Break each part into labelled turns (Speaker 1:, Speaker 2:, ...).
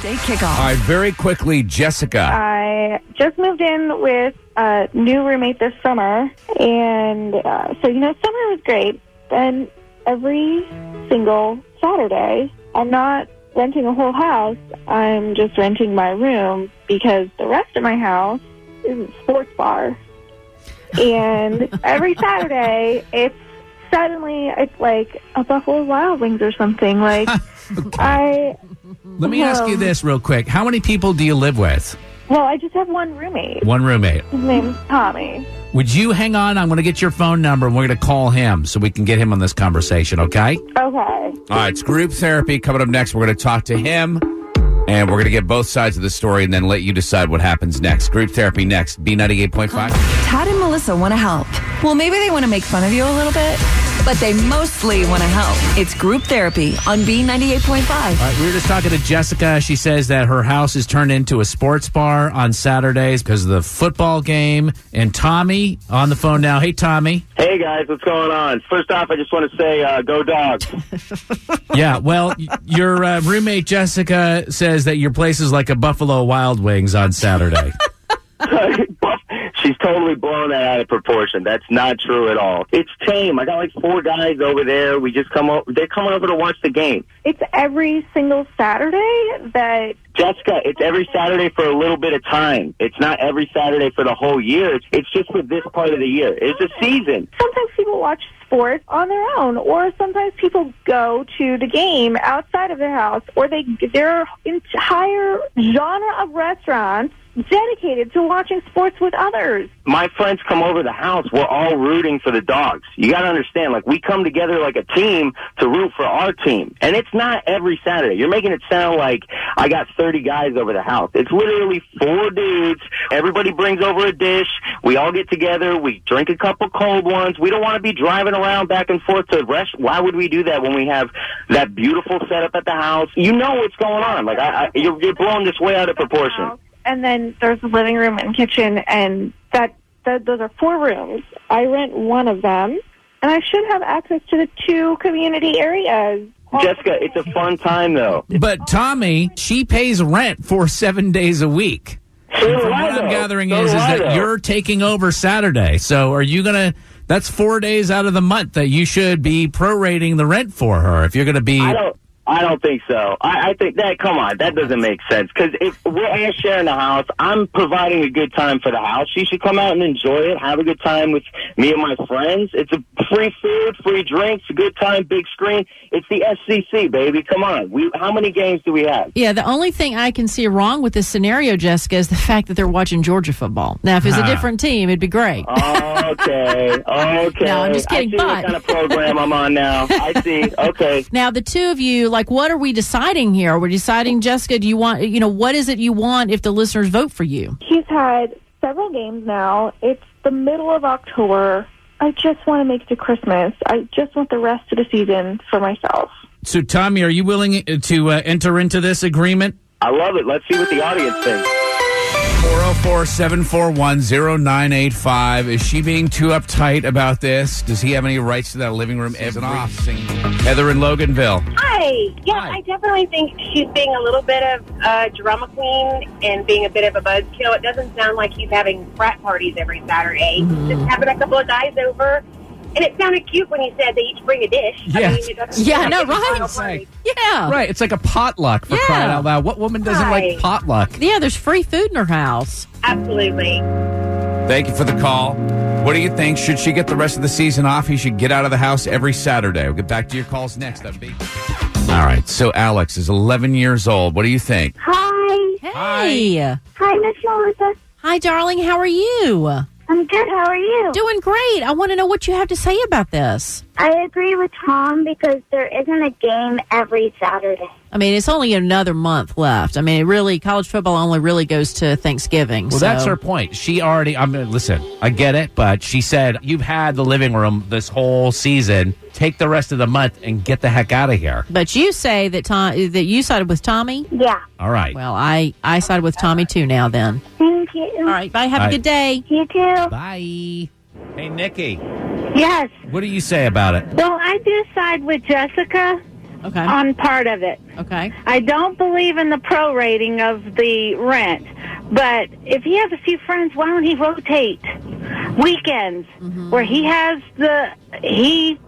Speaker 1: Day kickoff.
Speaker 2: All right, very quickly, Jessica.
Speaker 3: I just moved in with a new roommate this summer, and uh, so you know, summer was great. And every single Saturday, I'm not renting a whole house. I'm just renting my room because the rest of my house is a sports bar. And every Saturday, it's suddenly it's like a Buffalo Wild Wings or something. Like I
Speaker 4: Let me ask you
Speaker 3: Um,
Speaker 4: this real quick. How many people do you live with?
Speaker 3: well, I just have one roommate.
Speaker 4: One roommate.
Speaker 3: His name's Tommy.
Speaker 4: Would you hang on? I'm going to get your phone number and we're going to call him so we can get him on this conversation, okay?
Speaker 3: Okay.
Speaker 2: All right, it's group therapy coming up next. We're going to talk to him, and we're going to get both sides of the story, and then let you decide what happens next. Group therapy next. B ninety eight point five.
Speaker 1: Tad and Melissa want to help. Well, maybe they want to make fun of you a little bit, but they mostly want to help. It's group therapy on B98.5.
Speaker 4: All right, we were just talking to Jessica. She says that her house is turned into a sports bar on Saturdays because of the football game. And Tommy on the phone now. Hey, Tommy.
Speaker 5: Hey guys, what's going on? First off, I just want to say, uh, go dogs.
Speaker 4: Yeah, well, y- your uh, roommate Jessica says that your place is like a Buffalo Wild Wings on Saturday.
Speaker 5: She's totally blown that out of proportion. That's not true at all. It's tame. I got like four guys over there. We just come over. They're coming over to watch the game.
Speaker 3: It's every single Saturday that
Speaker 5: Jessica, it's every Saturday for a little bit of time. It's not every Saturday for the whole year. It's- It's just for this part of the year. It's a season.
Speaker 3: sometimes people watch sports on their own, or sometimes people go to the game outside of their house, or they their entire genre of restaurants dedicated to watching sports with others.
Speaker 5: My friends come over the house. We're all rooting for the dogs. You got to understand. Like we come together like a team to root for our team, and it's not every Saturday. You're making it sound like I got 30 guys over the house. It's literally four dudes. Everybody brings over a dish. We all get together. We drink a couple cold ones. We don't want to be driving around back and forth to rest. Why would we do that when we have that beautiful setup at the house? You know what's going on. Like I, I you're, you're blowing this way out of proportion.
Speaker 3: And then there's the living room and kitchen, and that, that those are four rooms. I rent one of them, and I should have access to the two community areas.
Speaker 5: Jessica, it's a fun time though.
Speaker 4: But Tommy, she pays rent for seven days a week.
Speaker 5: So
Speaker 4: From what I'm gathering is, is that you're taking over Saturday. So are you going to? That's four days out of the month that you should be prorating the rent for her. If you're going to be,
Speaker 5: I don't. I don't think so. I, I think that. Come on, that doesn't make sense. Because if we're all sharing the house, I'm providing a good time for the house. She should come out and enjoy it, have a good time with me and my friends. It's a free food, free drinks, a good time, big screen. It's the SCC, baby. Come on. We how many games do we have?
Speaker 6: Yeah, the only thing I can see wrong with this scenario, Jessica, is the fact that they're watching Georgia football. Now, if it was a different team, it'd be great.
Speaker 4: Uh,
Speaker 5: Okay, okay.
Speaker 6: No, I'm just kidding,
Speaker 5: I see
Speaker 6: but-
Speaker 5: what kind of program I'm on now. I see. Okay.
Speaker 6: Now, the two of you, like, what are we deciding here? We're deciding, Jessica, do you want, you know, what is it you want if the listeners vote for you?
Speaker 3: He's had several games now. It's the middle of October. I just want to make it to Christmas. I just want the rest of the season for myself.
Speaker 4: so Tommy, are you willing to uh, enter into this agreement?
Speaker 5: I love it. Let's see what the audience thinks.
Speaker 2: 404 741 0985. Is she being too uptight about this? Does he have any rights to that living room every single Heather in Loganville.
Speaker 7: Hi. Yeah, I definitely think she's being a little bit of a drama queen and being a bit of a buzzkill. It doesn't sound like he's having frat parties every Saturday.
Speaker 6: Mm-hmm.
Speaker 7: He's just having a couple of guys over. And it sounded cute when he said they each bring a dish.
Speaker 4: Yeah.
Speaker 7: I mean, it doesn't
Speaker 6: Yeah,
Speaker 7: sound
Speaker 6: no,
Speaker 7: like it's a
Speaker 6: right.
Speaker 7: final party.
Speaker 6: Yeah.
Speaker 4: Right, it's like a potluck for
Speaker 6: Yeah.
Speaker 4: crying out loud. What woman doesn't like
Speaker 7: Right.
Speaker 4: potluck?
Speaker 6: Yeah, there's free food in her house.
Speaker 7: Absolutely.
Speaker 2: Thank you for the call. What do you think? Should she get the rest of the season off? He should get out of the house every Saturday. We'll get back to your calls next. I'm big. All right. So Alex is 11 years old. What do you think?
Speaker 3: Hi.
Speaker 6: Hey.
Speaker 3: Hi, Miss Melissa.
Speaker 6: Hi, darling. How are you?
Speaker 3: I'm good. How are you?
Speaker 6: Doing great. I want to know what you have to say about this.
Speaker 8: I agree with Tom because there isn't a game every Saturday.
Speaker 6: I mean, it's only another month left. I mean, it really, college football only really goes to Thanksgiving.
Speaker 4: Well,
Speaker 6: so.
Speaker 4: that's her point. She already. I mean, listen, I get it, but she said you've had the living room this whole season. Take the rest of the month and get the heck out of here.
Speaker 6: But you say that Tom, that you sided with Tommy.
Speaker 8: Yeah.
Speaker 4: All right.
Speaker 6: Well, I I sided with Tommy too. Now then,
Speaker 8: Thank
Speaker 6: all
Speaker 8: you.
Speaker 6: right. Bye. Have
Speaker 4: All
Speaker 6: a
Speaker 4: right.
Speaker 6: good day.
Speaker 8: You too.
Speaker 4: Bye. Hey, Nikki,
Speaker 8: Yes.
Speaker 4: what do you say about it?
Speaker 8: Well, I do side with Jessica.
Speaker 6: Okay.
Speaker 3: on part of it.
Speaker 6: Okay.
Speaker 3: I don't believe in the prorating of the rent, but if he has a few friends, why don't he rotate weekends
Speaker 6: Mm-hmm.
Speaker 3: where he has the he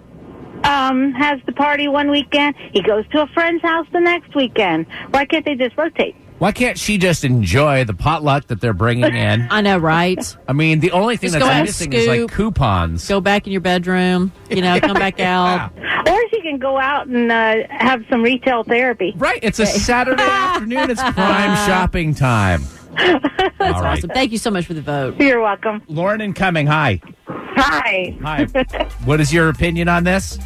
Speaker 3: um, has the party one weekend, he goes to a friend's house the next weekend. Why can't they just rotate?
Speaker 4: Why can't she just enjoy the potluck that they're bringing in?
Speaker 6: I know, right?
Speaker 4: I mean, the only thing
Speaker 6: Just go
Speaker 4: that's
Speaker 6: have a
Speaker 4: missing is like
Speaker 6: scoop.
Speaker 4: coupons. Ah.
Speaker 6: Go back in your bedroom, you know, come back out.
Speaker 3: Or he can go out and uh, have some retail therapy.
Speaker 4: Right, it's a Saturday afternoon. It's prime shopping time. All right,
Speaker 6: Awesome. Thank you so much for the vote.
Speaker 3: You're welcome.
Speaker 4: Lauren and Cumming. Hi,
Speaker 7: Hi.
Speaker 4: hi. what is your opinion on this?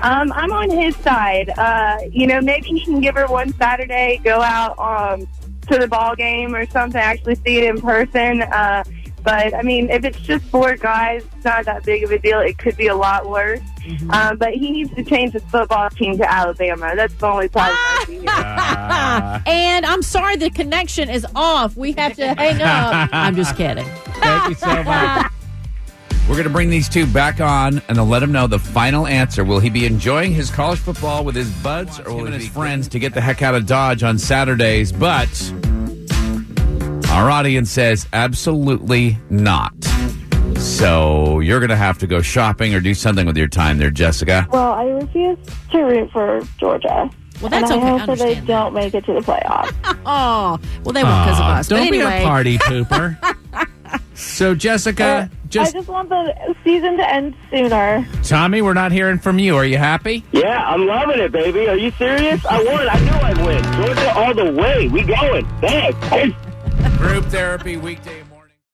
Speaker 7: Um, I'm on his side. Uh, you know, maybe he can give her one Saturday, go out um, to the ball game or something, actually see it in person. Uh, but I mean, if it's just four guys, it's not that big of a deal. It could be a lot worse.
Speaker 6: Mm-hmm.
Speaker 7: Um, but he needs to change his football team to Alabama. That's the only problem. I see here.
Speaker 6: and I'm sorry the connection is off. We have to hang up. I'm just kidding.
Speaker 4: Thank you so much.
Speaker 9: We're going to bring these two back on and then let him know the final answer. Will he be enjoying his college football with his buds or will his friends to get the heck out of Dodge on Saturdays? But our audience says absolutely not. So you're going to have to go shopping or do something with your time there, Jessica.
Speaker 10: Well, I refuse to root for Georgia.
Speaker 6: Well, that's
Speaker 10: and
Speaker 6: okay. I
Speaker 10: I hope that they
Speaker 6: understand that.
Speaker 10: don't make it to the playoffs.
Speaker 6: Oh, well, they won't because of
Speaker 4: Aw,
Speaker 6: us.
Speaker 4: Don't
Speaker 6: but anyway,
Speaker 4: be a party pooper. so, Jessica, just,
Speaker 10: I just want the season to end sooner.
Speaker 4: Tommy, we're not hearing from you. Are you happy?
Speaker 5: Yeah, I'm loving it, baby. Are you serious? I won. I knew I'd win. Georgia all the way. We going. Thanks.
Speaker 9: Group therapy weekday.